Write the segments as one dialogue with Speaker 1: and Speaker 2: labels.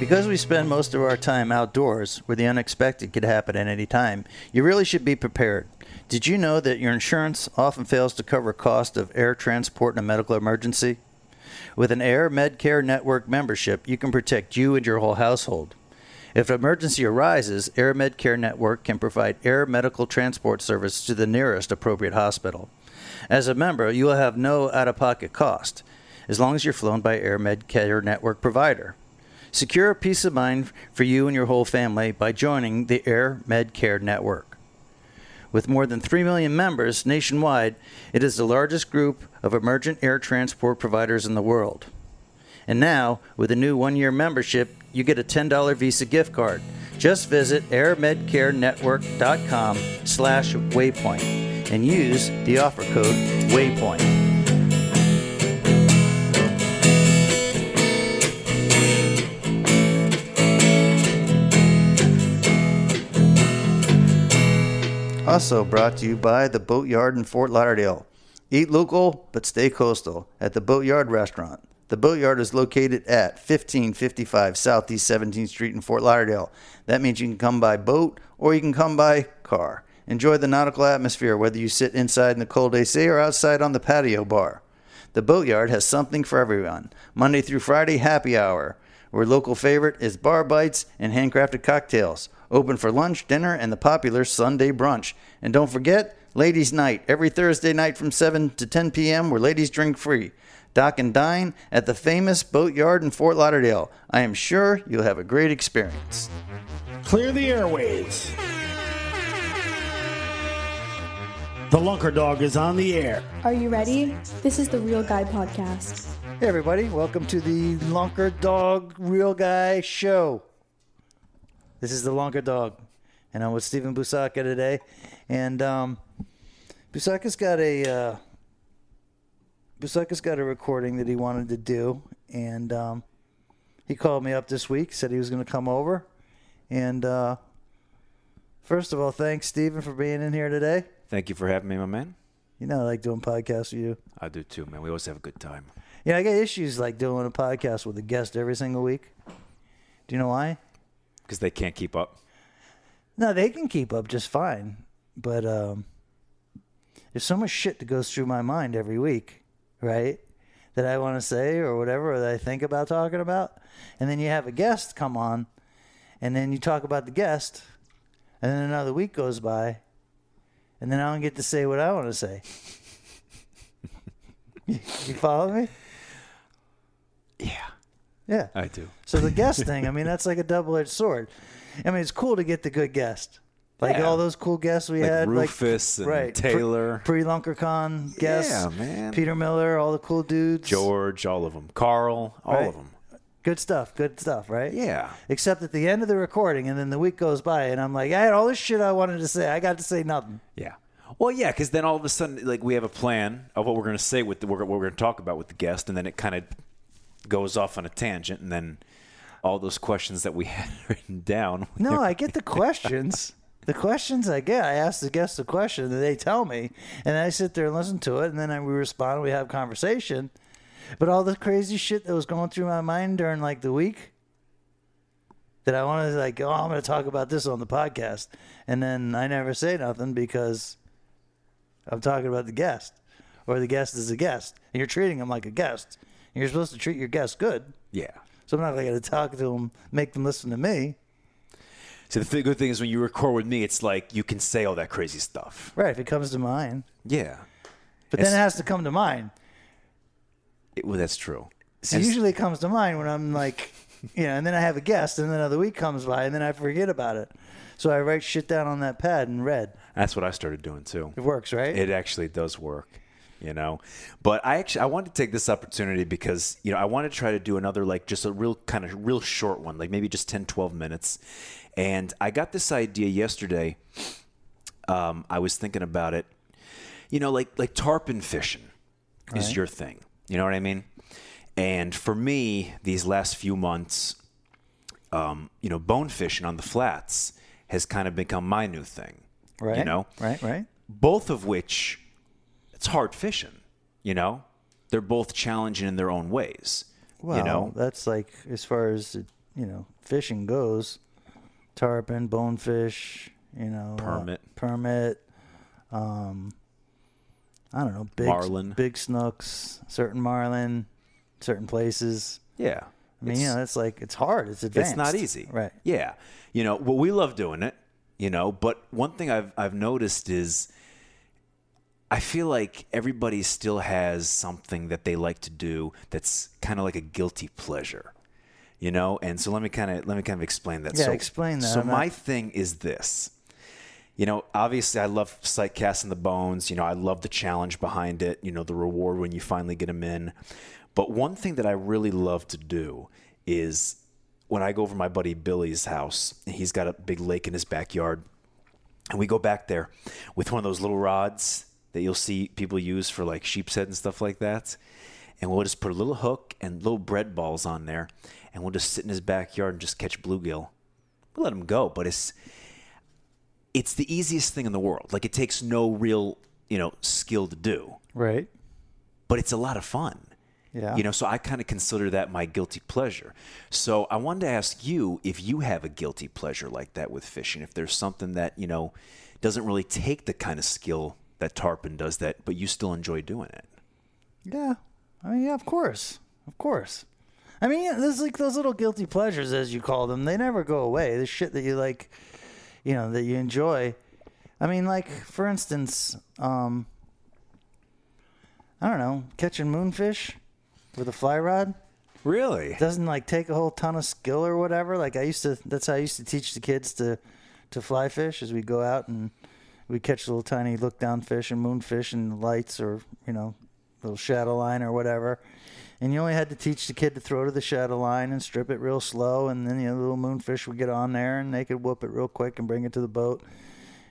Speaker 1: Because we spend most of our time outdoors, where the unexpected could happen at any time, you really should be prepared. Did you know that your insurance often fails to cover cost of air transport in a medical emergency? With an Air MedCare Network membership, you can protect you and your whole household. If an emergency arises, Air MedCare Network can provide air medical transport service to the nearest appropriate hospital. As a member, you will have no out of pocket cost, as long as you're flown by Air MedCare Network provider. Secure a peace of mind for you and your whole family by joining the Air MedCare Network. With more than 3 million members nationwide, it is the largest group of emergent air transport providers in the world. And now, with a new one year membership, you get a $10 Visa gift card. Just visit airmedcarenetwork.com slash waypoint and use the offer code waypoint. Also brought to you by the Boatyard in Fort Lauderdale. Eat local, but stay coastal at the Boatyard Restaurant. The Boatyard is located at 1555 Southeast 17th Street in Fort Lauderdale. That means you can come by boat or you can come by car. Enjoy the nautical atmosphere whether you sit inside in the cold AC or outside on the patio bar. The Boatyard has something for everyone. Monday through Friday, happy hour, where local favorite is bar bites and handcrafted cocktails. Open for lunch, dinner, and the popular Sunday brunch. And don't forget, Ladies' Night, every Thursday night from 7 to 10 p.m., where ladies drink free. Dock and dine at the famous Boatyard in Fort Lauderdale. I am sure you'll have a great experience.
Speaker 2: Clear the airways. The Lunker Dog is on the air.
Speaker 3: Are you ready? This is the Real Guy Podcast.
Speaker 1: Hey, everybody, welcome to the Lunker Dog Real Guy Show. This is the Lunker Dog, and I'm with Stephen Busaka today. And um, Busaka's got a uh, Busaka's got a recording that he wanted to do, and um, he called me up this week, said he was going to come over. And uh, first of all, thanks Stephen for being in here today.
Speaker 4: Thank you for having me, my man.
Speaker 1: You know, I like doing podcasts with you.
Speaker 4: I do too, man. We always have a good time.
Speaker 1: Yeah, I got issues like doing a podcast with a guest every single week. Do you know why?
Speaker 4: Because they can't keep up.
Speaker 1: No, they can keep up just fine, but um, there's so much shit that goes through my mind every week, right? That I want to say or whatever or that I think about talking about, and then you have a guest come on, and then you talk about the guest, and then another week goes by, and then I don't get to say what I want to say. you follow me?
Speaker 4: Yeah,
Speaker 1: Yeah.
Speaker 4: I do.
Speaker 1: So the guest thing, I mean, that's like a double-edged sword. I mean, it's cool to get the good guest, like
Speaker 4: Yeah.
Speaker 1: all those cool guests we
Speaker 4: Like
Speaker 1: had,
Speaker 4: Rufus
Speaker 1: like
Speaker 4: and Taylor.
Speaker 1: pre LunkerCon guests,
Speaker 4: Yeah, man.
Speaker 1: Peter Miller, all the cool dudes,
Speaker 4: George, all of them. Carl, all
Speaker 1: Right.
Speaker 4: of them.
Speaker 1: good stuff, good stuff, right?
Speaker 4: Yeah.
Speaker 1: Except at the end of the recording, and then the week goes by, and I'm like, I had all this shit I wanted to say, I got to say nothing.
Speaker 4: Yeah. Well, yeah, because then all of a sudden, like, we have a plan of what we're going to say with the, what we're going to talk about with the guest, and then it kind of goes off on a tangent, and then all those questions that we had written down.
Speaker 1: No, I get the questions. The questions I get, I ask the guests a question that they tell me, and I sit there and listen to it, and then I, we respond, we have conversation. But all the crazy shit that was going through my mind during like the week that I wanted to like, oh, I'm going to talk about this on the podcast, and then I never say nothing because I'm talking about the guest, or the guest is a guest, and you're treating him like a guest. And you're supposed to treat your guest good,
Speaker 4: Yeah.
Speaker 1: so I'm not going to talk to him, make them listen to me.
Speaker 4: So the th- good thing is when you record with me, it's like you can say all that crazy stuff.
Speaker 1: Right, if it comes to mind.
Speaker 4: Yeah.
Speaker 1: But then
Speaker 4: It's-
Speaker 1: it has to come to mind.
Speaker 4: It- well, that's true.
Speaker 1: So
Speaker 4: And it's-
Speaker 1: usually it comes to mind when I'm like, you know, and then I have a guest, and then another week comes by, and then I forget about it. So I write shit down on that pad in red.
Speaker 4: that's what I started doing too.
Speaker 1: It works, right?
Speaker 4: It actually does work, you know. But I actually I wanted to take this opportunity because, you know, I want to try to do another like just a real kind of real short one, like maybe just 10 12 minutes. And I got this idea yesterday. Um, I was thinking about it. You know, like like tarpon fishing is your thing. You know what I mean? And for me, these last few months, um, you know, bone fishing on the flats has kind of become my new thing.
Speaker 1: right.
Speaker 4: You know?
Speaker 1: Right, right.
Speaker 4: both of which it's hard fishing you know they're both challenging in their own ways
Speaker 1: Well,
Speaker 4: you know
Speaker 1: that's like as far as the you know fishing goes, tarpon, bonefish, you know, uh,
Speaker 4: Permit.
Speaker 1: permit, um, I don't know, big
Speaker 4: Marlin.
Speaker 1: big snooks, certain marlin, certain places.
Speaker 4: Yeah.
Speaker 1: I mean, you know, that's like it's hard. It's advanced.
Speaker 4: It's not easy.
Speaker 1: right?
Speaker 4: Yeah. You know, well, we love doing it, you know, but one thing I've I've noticed is I feel like everybody still has something that they like to do that's kind of like a guilty pleasure. You know, and so let me kind of let me kind of explain that.
Speaker 1: Yeah,
Speaker 4: so,
Speaker 1: explain that.
Speaker 4: So
Speaker 1: I'm not-
Speaker 4: my thing is this. You know, obviously, I love sight casting the bones. You know, I love the challenge behind it. You know, the reward when you finally get them in. But one thing that I really love to do is when I go over to my buddy Billy's house. He's got a big lake in his backyard, and we go back there with one of those little rods that you'll see people use for like sheep's head and stuff like that. And we'll just put a little hook and little bread balls on there, and we'll just sit in his backyard and just catch bluegill. We let him go, but it's it's the easiest thing in the world. Like it takes no real, you know, skill to do,
Speaker 1: Right.
Speaker 4: but it's a lot of fun.
Speaker 1: Yeah.
Speaker 4: You know, so I kind of consider that my guilty pleasure. So I wanted to ask you if you have a guilty pleasure like that with fishing, if there's something that, you know, doesn't really take the kind of skill that tarpon does that, but you still enjoy doing it.
Speaker 1: Yeah. I mean, yeah, of course. Of course. I mean, yeah, there's like those little guilty pleasures, as you call them. They never go away. The shit that you like, you know, that you enjoy. I mean, like, for instance, um, I don't know, catching moonfish with a fly rod
Speaker 4: Really?
Speaker 1: doesn't like take a whole ton of skill or whatever. Like I used to, that's how I used to teach the kids to, to fly fish is we go out and we catch little tiny look down fish and moonfish and lights or, you know, little shadow line or whatever. And you only had to teach the kid to throw to the shadow line and strip it real slow. And then, you know, the little moonfish would get on there and they could whoop it real quick and bring it to the boat.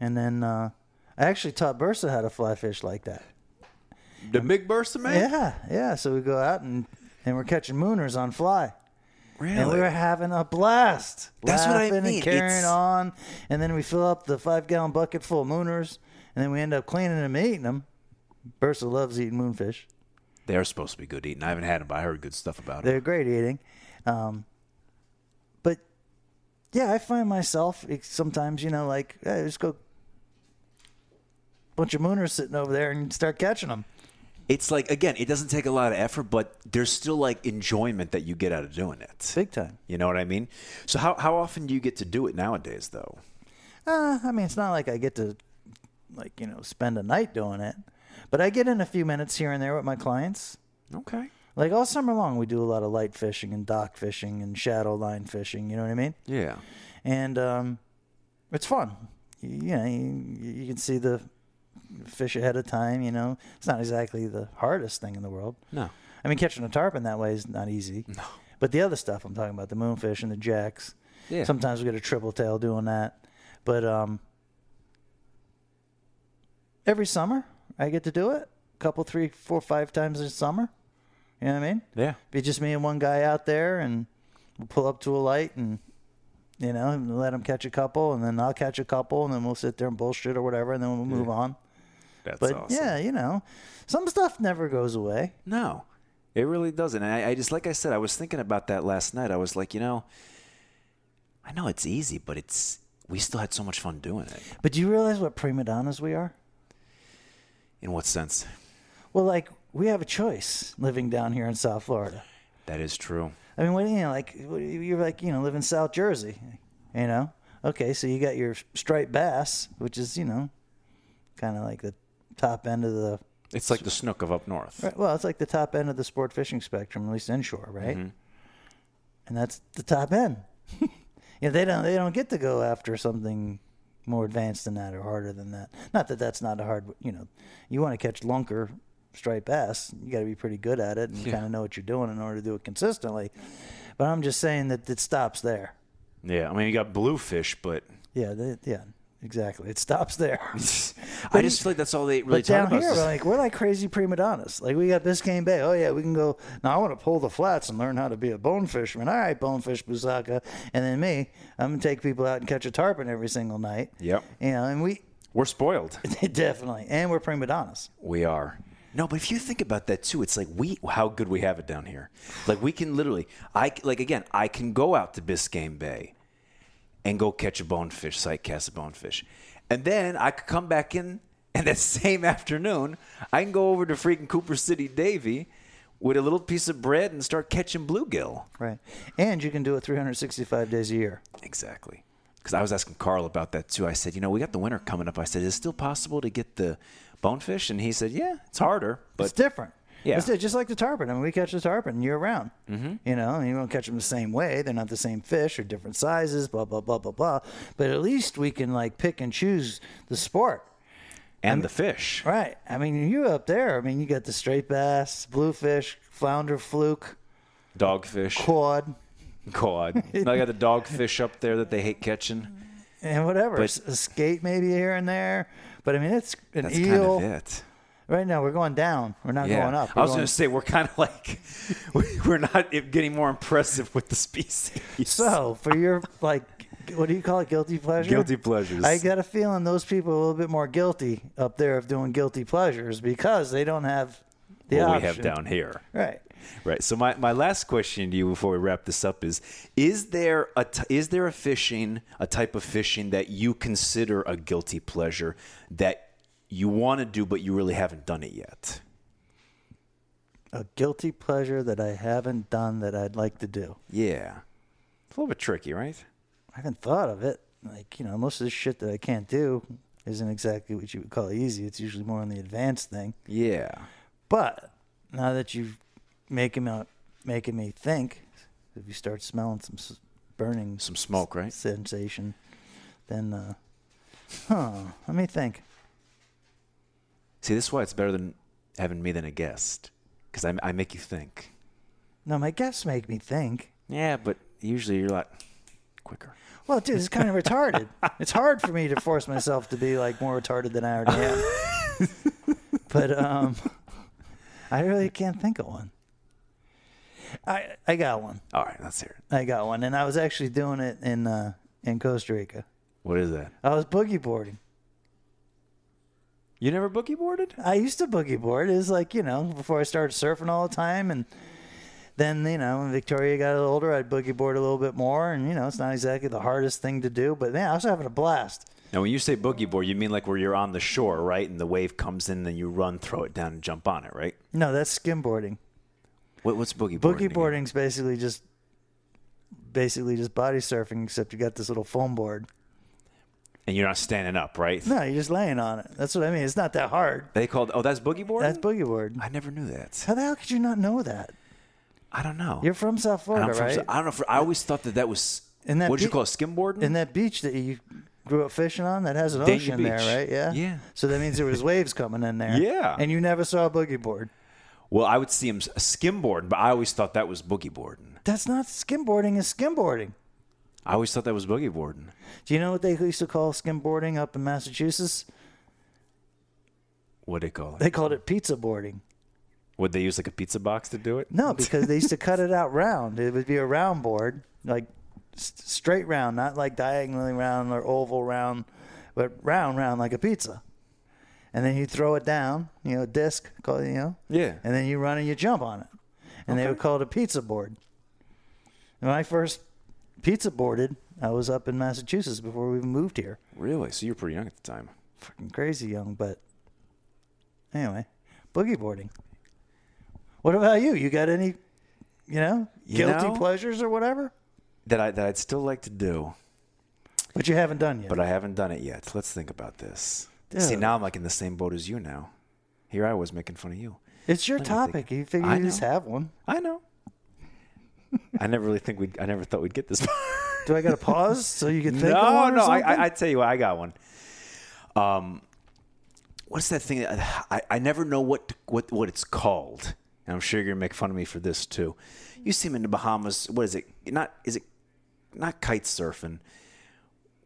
Speaker 1: And then, uh, I actually taught Bursa how to fly fish like that.
Speaker 4: The big burst of man?
Speaker 1: Yeah, yeah. So we go out and, and we're catching mooners on fly. And we
Speaker 4: Really?
Speaker 1: were having a blast.
Speaker 4: That's what I
Speaker 1: laughing
Speaker 4: mean.
Speaker 1: And carrying
Speaker 4: It's-
Speaker 1: on, and then we fill up the five gallon bucket full of mooners, and then we end up cleaning them, and eating them. Bursa loves eating moonfish.
Speaker 4: They're supposed to be good eating. I haven't had them, but I heard good stuff about them.
Speaker 1: They're great eating. Um, but yeah, I find myself it's sometimes, you know, like hey, just go bunch of mooners sitting over there and start catching them.
Speaker 4: It's like, again, it doesn't take a lot of effort, but there's still like enjoyment that you get out of doing it.
Speaker 1: Big time.
Speaker 4: You know what I mean? So how, how often do you get to do it nowadays though?
Speaker 1: Uh, I mean, it's not like I get to, like, you know, spend a night doing it, but I get in a few minutes here and there with my clients.
Speaker 4: Okay.
Speaker 1: Like all summer long, we do a lot of light fishing and dock fishing and shadow line fishing. You know what I mean?
Speaker 4: Yeah.
Speaker 1: And um, it's fun. You, you know, you, you can see the fish ahead of time. You know, it's not exactly the hardest thing in the world.
Speaker 4: No.
Speaker 1: I mean, catching a tarpon that way is not easy. No. But the other stuff I'm talking about, the moonfish and the jacks.
Speaker 4: Yeah.
Speaker 1: Sometimes we get a triple tail doing that. But um, every summer, I get to do it a couple, three, four, five times a summer. You know what I mean?
Speaker 4: Yeah.
Speaker 1: be just me and one guy out there and we'll pull up to a light and you know and let him catch a couple and then i'll catch a couple and then we'll sit there and bullshit or whatever and then we'll move on
Speaker 4: That's
Speaker 1: but
Speaker 4: awesome.
Speaker 1: yeah you know some stuff never goes away
Speaker 4: No, it really doesn't. And I, I just, like I said, I was thinking about that last night. I was like, you know, I know it's easy, but it's, we still had so much fun doing it.
Speaker 1: but do you realize what prima donnas we are
Speaker 4: In what sense?
Speaker 1: well like we have a choice living down here in south florida
Speaker 4: That is true.
Speaker 1: I mean, what you know, like what- you're like you know, live in South Jersey, you know. Okay, so you got your striped bass, which is you know, kind of like the top end of the
Speaker 4: It's like the snook of up north.
Speaker 1: right, well, it's like the top end of the sport fishing spectrum, at least inshore, right? And that's the top end. you know, they don't they don't get to go after something more advanced than that or harder than that. Not that that's not a hard, you know, you want to catch lunker striped bass, you got to be pretty good at it and kind of know what you're doing in order to do it consistently. But I'm just saying that it stops there.
Speaker 4: Yeah. I mean, you got bluefish, but
Speaker 1: Yeah, they, yeah, exactly. It stops there.
Speaker 4: I just feel like that's all they really
Speaker 1: but
Speaker 4: talk
Speaker 1: down
Speaker 4: about.
Speaker 1: here,
Speaker 4: is-
Speaker 1: we're like we're like crazy prima donnas. Like we got Biscayne Bay. Oh yeah, we can go. Now I want to pull the flats and learn how to be a bonefisherman. All right, bonefish Busaka, and then me. I'm gonna take people out and catch a tarpon every single night.
Speaker 4: Yep.
Speaker 1: You know, and we
Speaker 4: We're spoiled.
Speaker 1: definitely, and we're prima donnas.
Speaker 4: We are. No, but if you think about that too, it's like we how good we have it down here. Like we can literally, I like again, I can go out to Biscayne Bay and go catch a bonefish, sight cast a bonefish, and then I could come back in, and that same afternoon, I can go over to freaking Cooper City, Davy, with a little piece of bread and start catching bluegill.
Speaker 1: Right. And you can do it 365 days a year.
Speaker 4: Exactly. Because I was asking Carl about that too. I said, you know, we got the winter coming up. I said, is it still possible to get the bonefish? And he said, yeah, it's harder, but
Speaker 1: it's different.
Speaker 4: Yeah.
Speaker 1: It's just like the tarpon. I mean, we catch the tarpon year round. Mm-hmm. You know, and you don't catch them the same way. They're not the same fish or different sizes, blah, blah, blah, blah, blah. But at least we can like pick and choose the sport.
Speaker 4: and the fish.
Speaker 1: Right. I mean, you up there, I mean, you got the straight bass, bluefish, flounder, fluke,
Speaker 4: Dogfish.
Speaker 1: quad,
Speaker 4: God. now I got the dogfish up there that they hate catching.
Speaker 1: and whatever.
Speaker 4: But-
Speaker 1: S- a skate maybe here and there. But I mean, it's an
Speaker 4: That's
Speaker 1: eel.
Speaker 4: kind of it.
Speaker 1: Right now, we're going down. We're not going up.
Speaker 4: I
Speaker 1: We're
Speaker 4: was
Speaker 1: going-
Speaker 4: going to say, we're kind of like, we- we're not getting more impressive with the species.
Speaker 1: So for your like, what do you call it? Guilty pleasure.
Speaker 4: Guilty pleasures.
Speaker 1: I got a feeling those people are a little bit more guilty up there of doing guilty pleasures because they don't have the
Speaker 4: what we
Speaker 1: option.
Speaker 4: have down here.
Speaker 1: Right.
Speaker 4: Right. So my, my last question to you before we wrap this up is is there a t- is there a fishing a type of fishing that you consider a guilty pleasure that you want to do but you really haven't done it yet?
Speaker 1: A guilty pleasure that I haven't done that I'd like to do.
Speaker 4: Yeah. It's a little bit tricky, right?
Speaker 1: I haven't thought of it. Like you know, most of the shit that I can't do isn't exactly what you would call easy. It's usually more on the advanced thing.
Speaker 4: Yeah.
Speaker 1: But now that you've making out making me think, if you start smelling some s- burning
Speaker 4: Some smoke, right?
Speaker 1: sensation, then uh, huh? Let me think.
Speaker 4: See, this is why it's better than having me than a guest because I, I make you think.
Speaker 1: No, my guests make me think.
Speaker 4: Yeah, but usually you're like quicker.
Speaker 1: Well, dude, it's kind of retarded. It's hard for me to force myself to be like more retarded than I already am. but um, I really can't think of one. I I got one.
Speaker 4: All right, let's hear it.
Speaker 1: I got one, and I was actually doing it in uh, in Costa Rica.
Speaker 4: What is that?
Speaker 1: I was boogie boarding.
Speaker 4: You never boogie boarded?
Speaker 1: I used to boogie board. It was like, you know, before I started surfing all the time. And then, you know, when Victoria got a little older, I'd boogie board a little bit more. And, you know, it's not exactly the hardest thing to do. But, man, I was having a blast.
Speaker 4: Now, when you say boogie board, you mean like where you're on the shore, right? And the wave comes in, then you run, throw it down, and jump on it, right?
Speaker 1: No, that's skimboarding.
Speaker 4: What, what's boogie boarding?
Speaker 1: Boogie boarding's basically just basically just body surfing except you got this little foam board
Speaker 4: And you're not standing up, right?
Speaker 1: no you're just laying on it that's what i mean it's not that hard
Speaker 4: They called. Oh, that's boogie boarding.
Speaker 1: that's boogie board
Speaker 4: I never knew that.
Speaker 1: how the hell could you not know that
Speaker 4: I don't know.
Speaker 1: you're from south
Speaker 4: And
Speaker 1: florida
Speaker 4: I'm from-
Speaker 1: right
Speaker 4: I don't know. If, I always thought that that was.
Speaker 1: And that
Speaker 4: what you
Speaker 1: be-
Speaker 4: call it, skimboarding?
Speaker 1: in that beach that you grew up fishing on that has an
Speaker 4: Dania
Speaker 1: ocean
Speaker 4: Beach.
Speaker 1: there, right? Yeah.
Speaker 4: Yeah.
Speaker 1: So that means there was waves coming in there.
Speaker 4: Yeah.
Speaker 1: And you never saw a boogie board.
Speaker 4: well, I would see him s- skimboarding, but I always thought that was boogie boarding.
Speaker 1: That's not skimboarding. Is skimboarding.
Speaker 4: I always thought that was boogie boarding.
Speaker 1: Do you know what they used to call skimboarding up in Massachusetts?
Speaker 4: What they call it?
Speaker 1: They called it pizza boarding.
Speaker 4: Would they use like a pizza box to do it?
Speaker 1: No, because they used to cut it out round. It would be a round board, like s- straight round, not like diagonally round or oval round, but round, round like a pizza. And then you throw it down, you know, disc, call it, you know,
Speaker 4: Yeah.
Speaker 1: and then you run and you jump on it. And they would call it a pizza board. And when I first pizza boarded, I was up in Massachusetts before we moved here.
Speaker 4: Really? So you were pretty young at the time.
Speaker 1: Fucking crazy young, but anyway, boogie boarding. What about you? You got any, you know,
Speaker 4: You
Speaker 1: guilty
Speaker 4: know?
Speaker 1: pleasures or whatever?
Speaker 4: That I that I'd still like to do.
Speaker 1: But you haven't done yet.
Speaker 4: but I haven't done it yet. Let's think about this. See,
Speaker 1: Dude.
Speaker 4: now I'm like in the same boat as you now. Here I was making fun of you.
Speaker 1: it's your
Speaker 4: Let me think.
Speaker 1: topic. You figure
Speaker 4: I
Speaker 1: you just
Speaker 4: know.
Speaker 1: have one.
Speaker 4: I know. I never really think we. I never thought we'd get this. far.
Speaker 1: Do I got to pause so you can think? of
Speaker 4: no,
Speaker 1: one or
Speaker 4: no. I,
Speaker 1: something?
Speaker 4: I, I tell you what, I got one. Um, what's that thing? That, I I never know what to- what what it's called. And I'm sure you're gonna make fun of me for this too. You see them in the Bahamas. What is it? Not is it? Not kite surfing.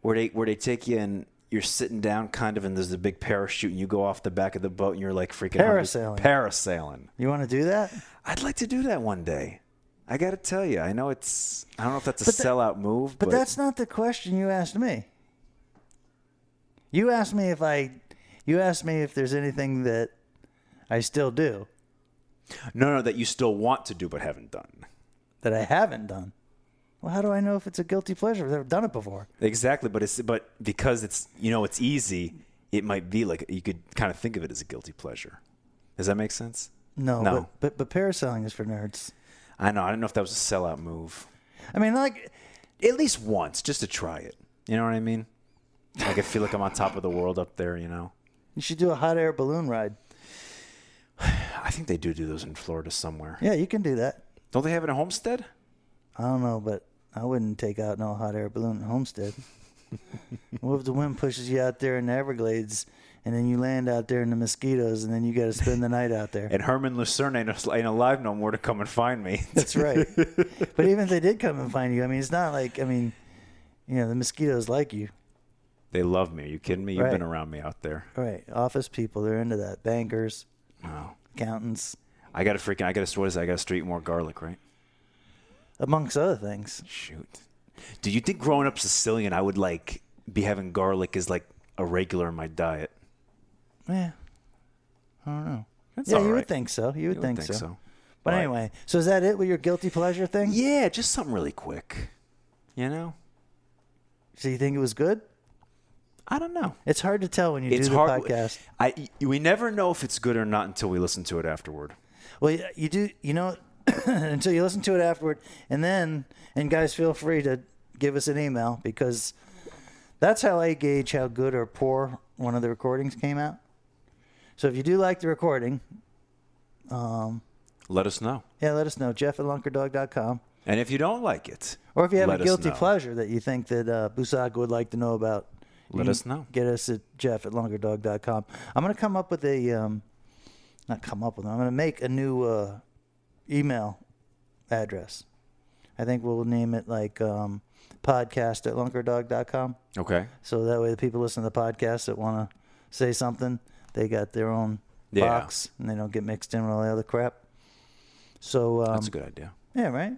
Speaker 4: where they where they take you and you're sitting down kind of and there's a big parachute and you go off the back of the boat and you're like freaking hundred-
Speaker 1: Parasailing.
Speaker 4: parasailing
Speaker 1: you want to do that?
Speaker 4: i'd like to do that one day i gotta tell you i know it's i don't know if that's a
Speaker 1: that-
Speaker 4: sellout move but,
Speaker 1: But that's not the question you asked me. You asked me if I, you asked me if there's anything that I still do
Speaker 4: No, no, that you still want to do but haven't done.
Speaker 1: that I haven't done. Well, how do I know if it's a guilty pleasure? I've never done it before.
Speaker 4: Exactly, but it's but because it's you know it's easy, it might be like you could kind of think of it as a guilty pleasure. Does that make sense?
Speaker 1: No,
Speaker 4: No.
Speaker 1: But, but but parasailing is for nerds.
Speaker 4: I know. I don't know if that was a sellout move.
Speaker 1: I mean, like,
Speaker 4: At least once, just to try it. You know what I mean? Like I feel like I'm on top of the world up there. You know.
Speaker 1: you should do a hot air balloon ride.
Speaker 4: I think they do do those in Florida somewhere.
Speaker 1: Yeah, you can do that.
Speaker 4: Don't they have it in Homestead?
Speaker 1: I don't know, but I wouldn't take out no hot air balloon in Homestead. what if the wind pushes you out there in the Everglades, and then you land out there in the mosquitoes, and then you got to spend the night out there?
Speaker 4: And Herman Lucerne ain't ain't alive no more to come and find me.
Speaker 1: That's right. but even if they did come and find you, I mean, it's not like I mean, you know, the mosquitoes like you.
Speaker 4: they love me. Are you kidding me? You've been
Speaker 1: Right.
Speaker 4: around me out there.
Speaker 1: All right, office people, they're into that. Bankers,
Speaker 4: Wow.
Speaker 1: accountants,
Speaker 4: I got to freaking. I got to. What is that? I got to street more garlic, right?
Speaker 1: amongst other things.
Speaker 4: Shoot. Do you think growing up Sicilian, I would like be having garlic as like a regular in my diet?
Speaker 1: Yeah.
Speaker 4: That's
Speaker 1: Yeah,
Speaker 4: all
Speaker 1: you
Speaker 4: right.
Speaker 1: would think so. You would
Speaker 4: You would
Speaker 1: think, so. But
Speaker 4: But-
Speaker 1: anyway, so is that it with your guilty pleasure thing?
Speaker 4: Yeah, just something really quick. You know?
Speaker 1: So you think it was good?
Speaker 4: I don't know.
Speaker 1: It's hard to tell when you
Speaker 4: It's
Speaker 1: do the
Speaker 4: hard.
Speaker 1: podcast.
Speaker 4: I we never know if it's good or not until we listen to it afterward.
Speaker 1: Well, y- you do, you know, until you listen to it afterward. And then, and guys, feel free to give us an email because that's how I gauge how good or poor one of the recordings came out. So if you do like the recording,
Speaker 4: Let us know.
Speaker 1: yeah, let us know. Jeff at lunkerdog.com.
Speaker 4: And if you don't like it,
Speaker 1: Or if you have
Speaker 4: let
Speaker 1: a
Speaker 4: us
Speaker 1: guilty
Speaker 4: know.
Speaker 1: pleasure that you think that uh, Busak would like to know about, you
Speaker 4: Let
Speaker 1: can
Speaker 4: us know.
Speaker 1: Get us at jeff at longerdog.com. I'm going to come up with a, um, not come up with, I'm going to make a new uh, email address. I think we'll name it like um, podcast at lunkerdog.com.
Speaker 4: Okay.
Speaker 1: So that way the people listening to the podcast that want to say something, they got their own
Speaker 4: Yeah.
Speaker 1: box and they don't get mixed in with all the other crap. So um,
Speaker 4: That's a good idea.
Speaker 1: yeah, right.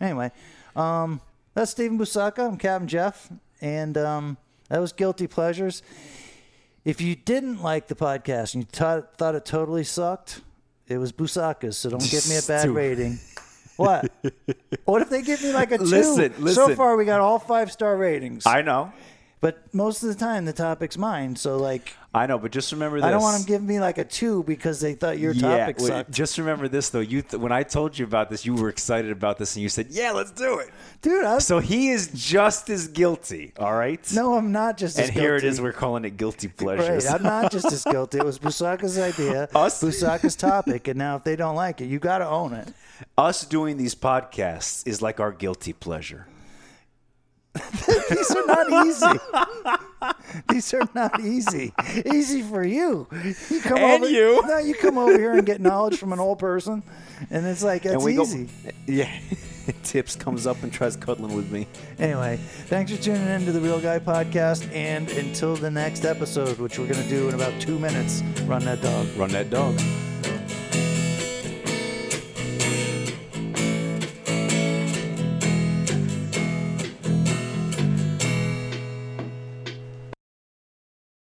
Speaker 1: Anyway, um, that's Stephen Busaka. I'm Captain Jeff, and um, that was Guilty Pleasures. If you didn't like the podcast and you thought thought it totally sucked, it was Busaka's, so don't give me a bad
Speaker 4: Dude.
Speaker 1: rating. What? what if they give me like a two?
Speaker 4: Listen,
Speaker 1: So
Speaker 4: listen.
Speaker 1: far, we got all five star ratings,
Speaker 4: I know.
Speaker 1: but most of the time the topic's mine. So like,
Speaker 4: I know, but just remember this.
Speaker 1: I don't want them giving me like a two because they thought your topic
Speaker 4: wait,
Speaker 1: sucked.
Speaker 4: Just remember this though. You th- when I told you about this, you were excited about this and you said, "Yeah, let's do it."
Speaker 1: Dude, I was,
Speaker 4: So he is just as guilty, all right?
Speaker 1: no, I'm not just.
Speaker 4: And
Speaker 1: as
Speaker 4: here it
Speaker 1: guilty.
Speaker 4: is. We're calling it guilty
Speaker 1: Right,
Speaker 4: pleasures.
Speaker 1: I'm not just as guilty. It was Busaka's idea,
Speaker 4: Us-
Speaker 1: Busaka's topic, and now if they don't like it, you got to own it.
Speaker 4: Us doing these podcasts is like our guilty pleasure.
Speaker 1: These are not easy. These are not easy. Easy for you. You come
Speaker 4: And
Speaker 1: over,
Speaker 4: you.
Speaker 1: No, you come over here and get knowledge from an old person, and it's like
Speaker 4: And
Speaker 1: that's
Speaker 4: we
Speaker 1: easy.
Speaker 4: go. Yeah. Tips comes up and tries cuddling with me.
Speaker 1: Anyway, thanks for tuning in to the Real Guy Podcast, and until the next episode, which we're gonna do in about two minutes. Run that dog.
Speaker 4: Run that dog.